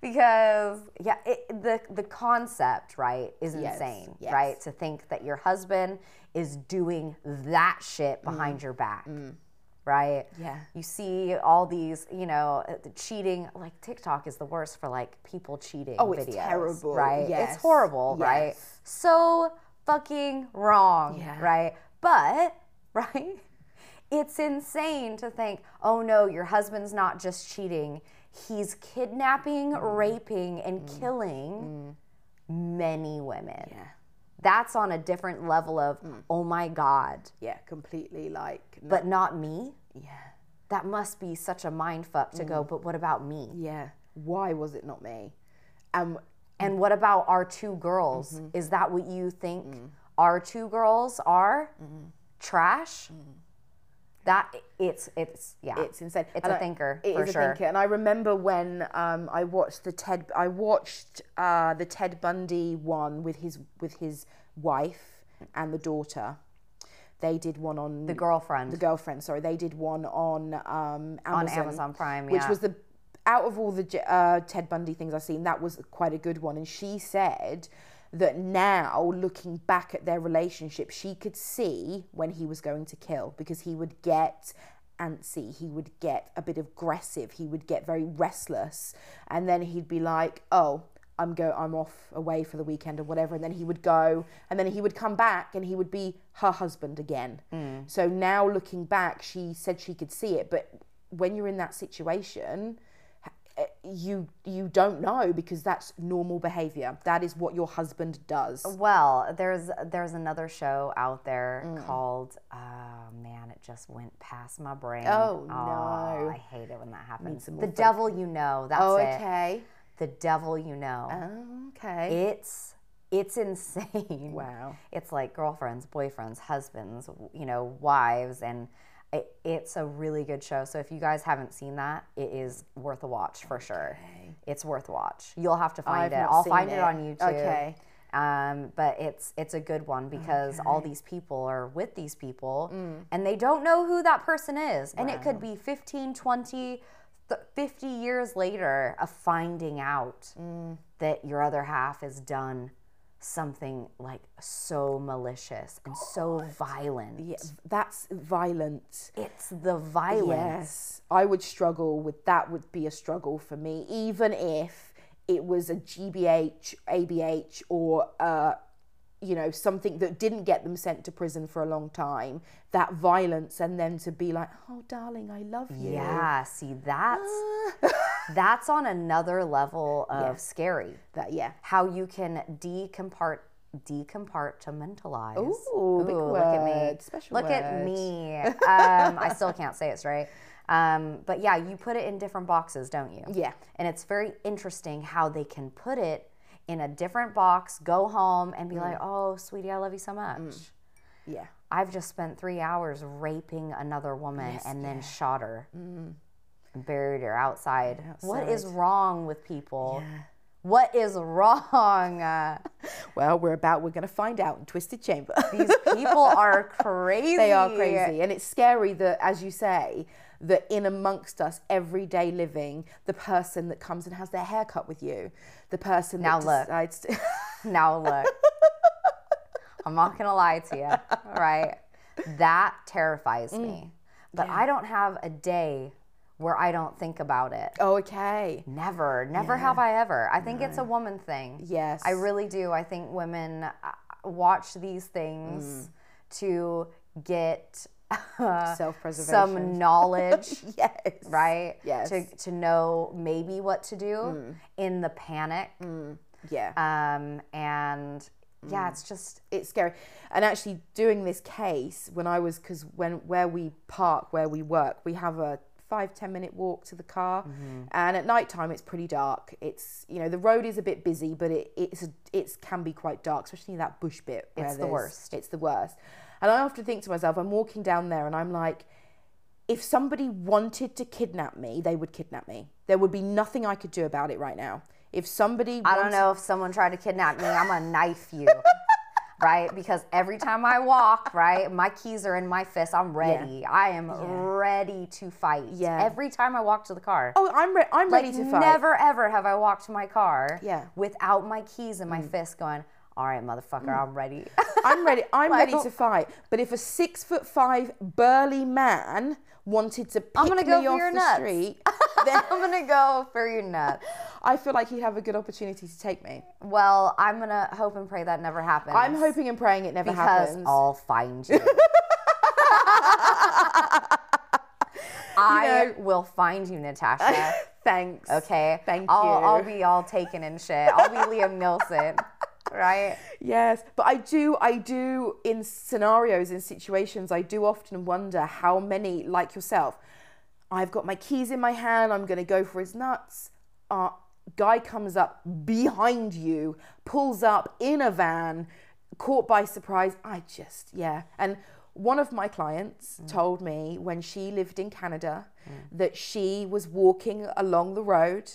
Because yeah, it, the the concept right is Yes, insane, yes. right? To think that your husband is doing that shit behind your back, right? Mm. Yeah. you see all these, you know, uh, the cheating. Like TikTok is the worst for like people cheating. Oh, videos, it's terrible. right? Yes, It's horrible, right? yes. So fucking wrong, Yeah. right? But [laughs] right. It's insane to think, oh no, your husband's not just cheating. he's kidnapping, Mm. raping, and killing many women. Yeah. Mm. That's on a different level of, oh my God, Yeah, completely like. but not me. yeah. That must be such a mind fuck to Mm. go, but what about me? Yeah. Why was it not me? Um, And what about our two girls? Mm-hmm. Is that what you think Mm. our two girls are? Mm-hmm. Trash? Mm. That it's it's yeah. it's insane. It's And a I- thinker It is for a sure. thinker. And I remember when um, I watched the Ted. I watched uh, the Ted Bundy one with his with his wife and the daughter. They did one on the girlfriend. the girlfriend. Sorry, they did one on um, Amazon, Amazon Prime, which yeah. was the out of all the J- uh, Ted Bundy things I've seen, that was quite a good one. And she said that now, looking back at their relationship, she could see when he was going to kill because he would get antsy, he would get a bit aggressive, he would get very restless, and then he'd be like, "Oh." I'm go I'm off away for the weekend or whatever and then he would go and then he would come back and he would be her husband again. So now looking back she said she could see it but when you're in that situation h- eh, you you don't know because that's normal behavior. That is what your husband does. well, there's there's another show out there Mm. called oh man, it just went past my brain. Oh, no. I hate it when that happens. The devil you know, that's Oh, it. okay. The devil you know. Oh, okay. It's it's insane. Wow. [laughs] It's like girlfriends, boyfriends, husbands, w- you know, wives, and it, it's a really good show. So if you guys haven't seen that, it is worth a watch for sure. It's worth a watch. You'll have to find I've it. not I'll seen find it. it. on YouTube. Okay. Um, but it's it's a good one because all these people are with these people Mm. and they don't know who that person is. And it could be 15, 20, th- 50 years later of finding out Mm. that your other half has done something like so malicious and so violent. Yeah, that's violent. It's the violence. Yes, I would struggle with that. Would be a struggle for me, even if it was a GBH, ABH, or uh, you know something that didn't get them sent to prison for a long time. That violence, and then to be like, "Oh, darling, I love you." Yeah, see [laughs] that's that's on another level of scary. That yeah. How you can decompart decompartmentalize. Ooh, big look at me. word, special look at word. [laughs] me. Um, I still can't say it straight. Um, but yeah, you put it in different boxes, don't you? Yeah. And it's very interesting how they can put it in a different box, go home, and Mm. be like, oh, sweetie, I love you so much. Yeah. I've just spent three hours raping another woman and then shot her and buried her outside. What is wrong with people? What is wrong? Uh, Well, we're about. We're going to find out in Twisted Chamber. [laughs] these people are crazy. They are crazy. And it's scary that, as you say, that in amongst us, everyday living, the person that comes and has their hair cut with you, the person Now that look. decides to- [laughs] Now look, I'm not gonna lie to you, right? That terrifies me. But I don't have a day where I don't think about it. oh, [laughs] okay. Never, never have I ever. I think it's a woman thing. Yes. I really do. I think women uh, watch these Mm. things to get uh, Self-preservation. some [laughs] knowledge, yes. right? Yes. Mm. To, to know maybe what to do in the panic. Yeah. Um, and Mm. yeah, it's just, it's scary. And actually, doing this case when I was because when where we park, where we work, we have a five ten minute walk to the car, Mm-hmm. and at night time it's pretty dark. It's you know the road is a bit busy, but it it's a, it's can be quite dark, especially in that bush bit. Where It's the there's- worst. It's the worst. And I often think to myself, I'm walking down there, and I'm like, if somebody wanted to kidnap me, they would kidnap me. There would be nothing I could do about it right now. If somebody, I don't know if someone tried to kidnap me, I'm gonna knife [laughs] you. Right, because every time I walk, right, my keys are in my fist. I'm ready. I am ready to fight. Yeah. Every time I walk to the car, Oh, I'm re- I'm Like, ready to fight. Never ever have I walked to my car Yeah. Mm. without my keys in my fist going, all right, motherfucker, I'm ready. [laughs] [laughs] I'm ready. I'm Like- ready to fight. But if a six foot five burly man wanted to pick gonna me go for off your the nuts. [laughs] street, then I'm gonna go for your nut. I feel like he'd have a good opportunity to take me. Well, I'm gonna hope and pray that never happens. I'm hoping and praying it never because happens. I'll find [laughs] you. [laughs] I will find you, Natasha. Thanks. Okay. Thank I'll, I'll you. be all taken and shit. I'll be [laughs] Liam Nielsen, right? Yes, but I do, I do in scenarios, in situations, I do often wonder how many, like yourself, I've got my keys in my hand, I'm going to go for his nuts. Uh, guy comes up behind you, pulls up in a van, caught by surprise. I just, yeah. And one of my clients told me when she lived in Canada that she was walking along the road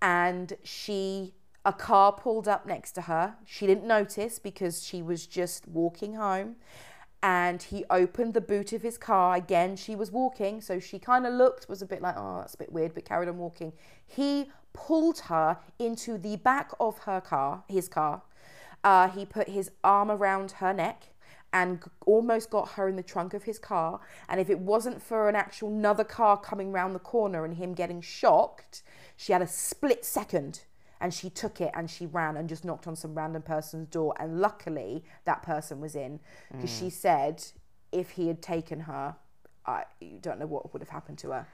and she a car pulled up next to her. She didn't notice because she was just walking home. And he opened the boot of his car. Again, she was walking. So she kind of looked, was a bit like, oh, that's a bit weird, but carried on walking. He pulled her into the back of her car, his car. Uh, he put his arm around her neck and g- almost got her in the trunk of his car. And if it wasn't for an actual another car coming round the corner and him getting shocked, she had a split second and she took it and she ran and just knocked on some random person's door. And luckily, that person was in because she Mm. said if he had taken her, I you don't know what would have happened to her.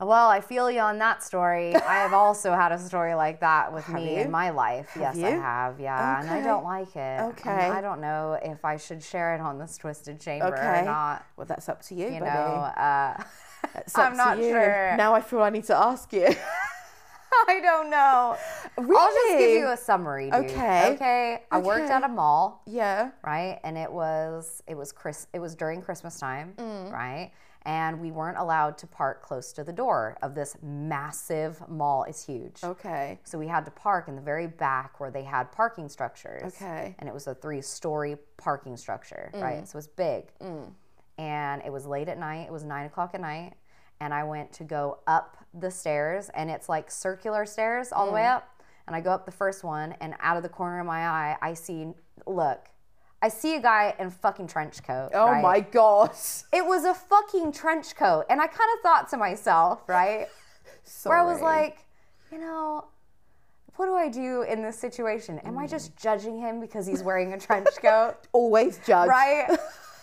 Well, I feel you on that story. I have also had a story like that with me in you? my life. yes, I you? have. Yeah, and I Okay. don't like it. And Okay. I don't know if I should share it on this twisted chamber or Okay. not. Well, that's up to you, You know, buddy. uh, It's [laughs] up I'm to not you. sure. Now I feel I need to ask you. [laughs] [laughs] I don't know. I'll just give Really? you a summary. Dude. Okay. Okay. I worked Okay. at a mall. yeah. right? And it was it was Chris it was during Christmas time, Mm. right? And we weren't allowed to park close to the door of this massive mall. It's huge. Okay. So we had to park in the very back where they had parking structures. Okay. Mm. And it was a three-story parking structure, right? So it's big. And it was late at night. It was nine o'clock at night. And I went to go up the stairs, and it's like circular stairs all the way Mm. up. And I go up the first one, and out of the corner of my eye, I see look, I see a guy in a fucking trench coat. Oh right? my god. [laughs] It was a fucking trench coat. And I kind of thought to myself, right? Sorry. where I was like, you know, what do I do in this situation? Am I just judging him because he's wearing a trench coat? [laughs] always judge. right?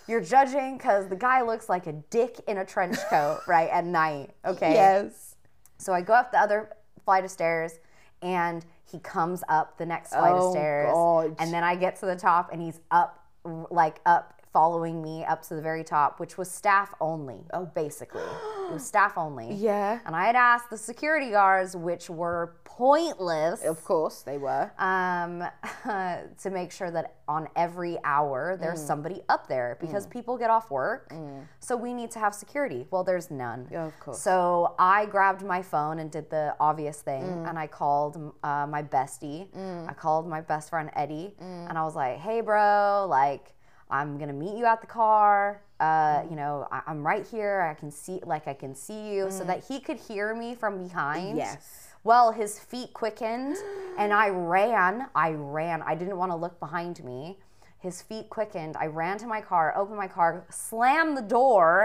You're judging because the guy looks like a dick in a trench coat, right? At night, okay? Yes. So I go up the other flight of stairs and he comes up the next flight of Oh, stairs. God. And then I get to the top and he's up, r- like up, following me up to the very top, which was staff only, oh. [gasps] basically. it was staff only. Yeah. And I had asked the security guards, which were pointless, Of course they were. um, [laughs] to make sure that on every hour there's Mm. somebody up there because people get off work. So we need to have security. Well, there's none. Yeah, of course. So I grabbed my phone and did the obvious thing Mm. and I called uh, my bestie. I called my best friend Eddie Mm. and I was like, hey, bro, like, I'm gonna meet you at the car. Mm. Uh, you know, I- I'm right here. I can see, like, I can see you, so that he could hear me from behind. Mm. Yes. Well, his feet quickened and I ran. I ran. I didn't want to look behind me. His feet quickened. I ran to my car, opened my car, slammed the door,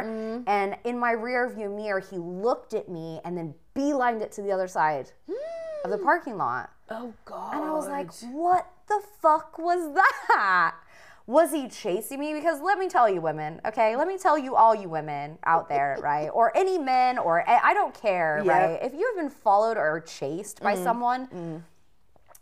and in my rear view mirror, he looked at me and then beelined it to the other side of the parking lot. Oh god. And I was like, what the fuck was that? Was he chasing me? Because let me tell you, women, okay? Let me tell you, all you women out there, right? Or any men, or eh, I I don't care, Yeah. right? If you have been followed or chased Mm, by someone,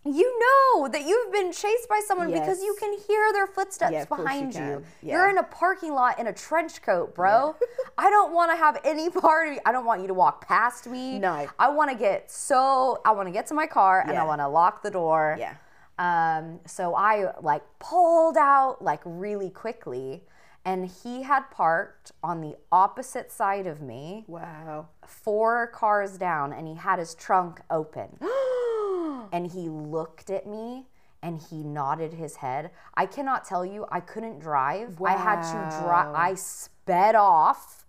you know that you've been chased by someone because you Yes. can hear their footsteps Yeah, of course you behind you. can. You're Yeah. in a parking lot in a trench coat, bro. [laughs] I don't want to have any part of you. I don't want you to walk past me. No. I want to get so I want to get to my car and I Yeah. want to lock the door. Yeah. Um, so I like pulled out like really quickly, and he had parked on the opposite side of me, wow. four cars down, and he had his trunk [gasps] open. and he looked at me and he nodded his head. I cannot tell you, I couldn't drive. I had to drive, I sped off.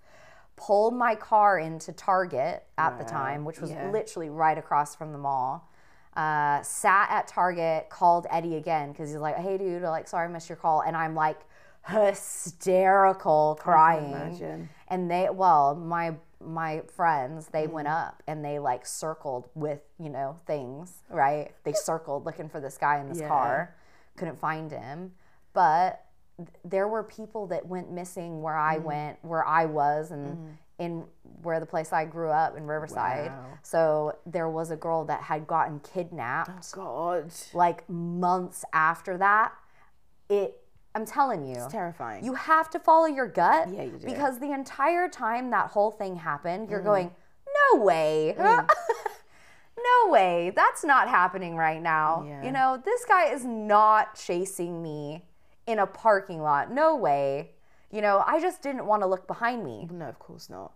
Pulled my car into Target at the time, which was yeah. literally right across from the mall uh, sat at Target, called Eddie again because he's like, "Hey, dude, like, sorry I missed your call," and I'm like hysterical crying. imagine. And they, well, my my friends, they went up and they like circled with you know things, right? They circled looking for this guy in this Yeah. car, couldn't find him, but th- there were people that went missing where I went, where I was, and in where the place I grew up in Riverside. So there was a girl that had gotten Oh. kidnapped God. like months after that. It I'm telling you. Terrifying. You have to follow your gut. Yeah, you do. Mm-hmm. Because the entire time that whole thing happened, you're going, no way. Mm. [laughs] no way. That's not happening right now. Yeah. You know, this guy is not chasing me in a parking lot. No way. You know, I just didn't want to look behind me no, of course not.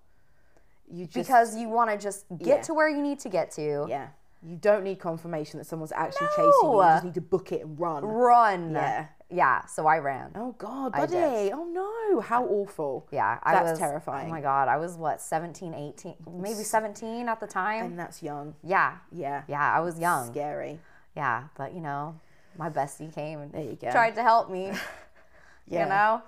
You just because you want to just get Yeah. to where you need to get to. yeah. You don't need confirmation that someone's actually chasing you. You just need to book it and run. Run. Yeah. Yeah, So I ran. Oh God, buddy. Oh no, how awful. Yeah, I That's was terrifying. Oh my god, I was what 17, 18, maybe 17 at the time. And that's young. yeah. Yeah. Yeah, I was young. Scary. Yeah, but you know, my bestie came and There you go. tried to help [laughs] me. Yeah. You know?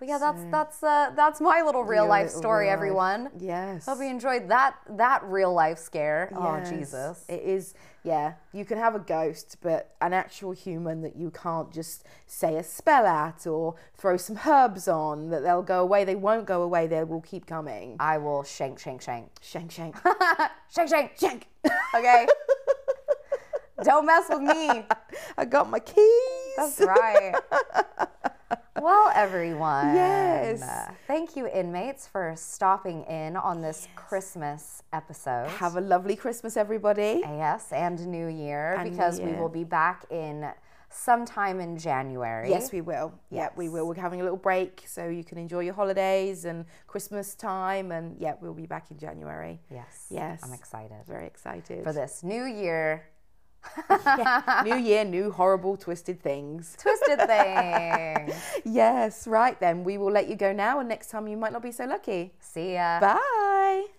But yeah, that's that's uh that's my little real Your life little story, real life. everyone. Yes. Hope you enjoyed that that real life scare. Oh Jesus. It is, yeah. You can have a ghost, but an actual human that you can't just say a spell at or throw some herbs on, that they'll go away. They won't go away, they will keep coming. I will shank shank shank. Shank, shank, [laughs] Shank shank. shank. [laughs] Okay. Don't mess with me. I got my keys. [laughs] That's right. well, everyone. Yes. uh, Thank you, inmates, for stopping in on this Christmas episode. have a lovely Christmas, everybody. yes, and New Year, And New because we Year. will be back in sometime in January. Yes, we will. Yeah, we Yes. will. We're having a little break so you can enjoy your holidays and Christmas time. And yeah, we'll be back in January. Yes. Yes. I'm excited Very excited. for this new year. [laughs] new year, new horrible, twisted things. Twisted [laughs] thing. Yes, right then. We will let you go now, and next time you might not be so lucky. See ya. Bye.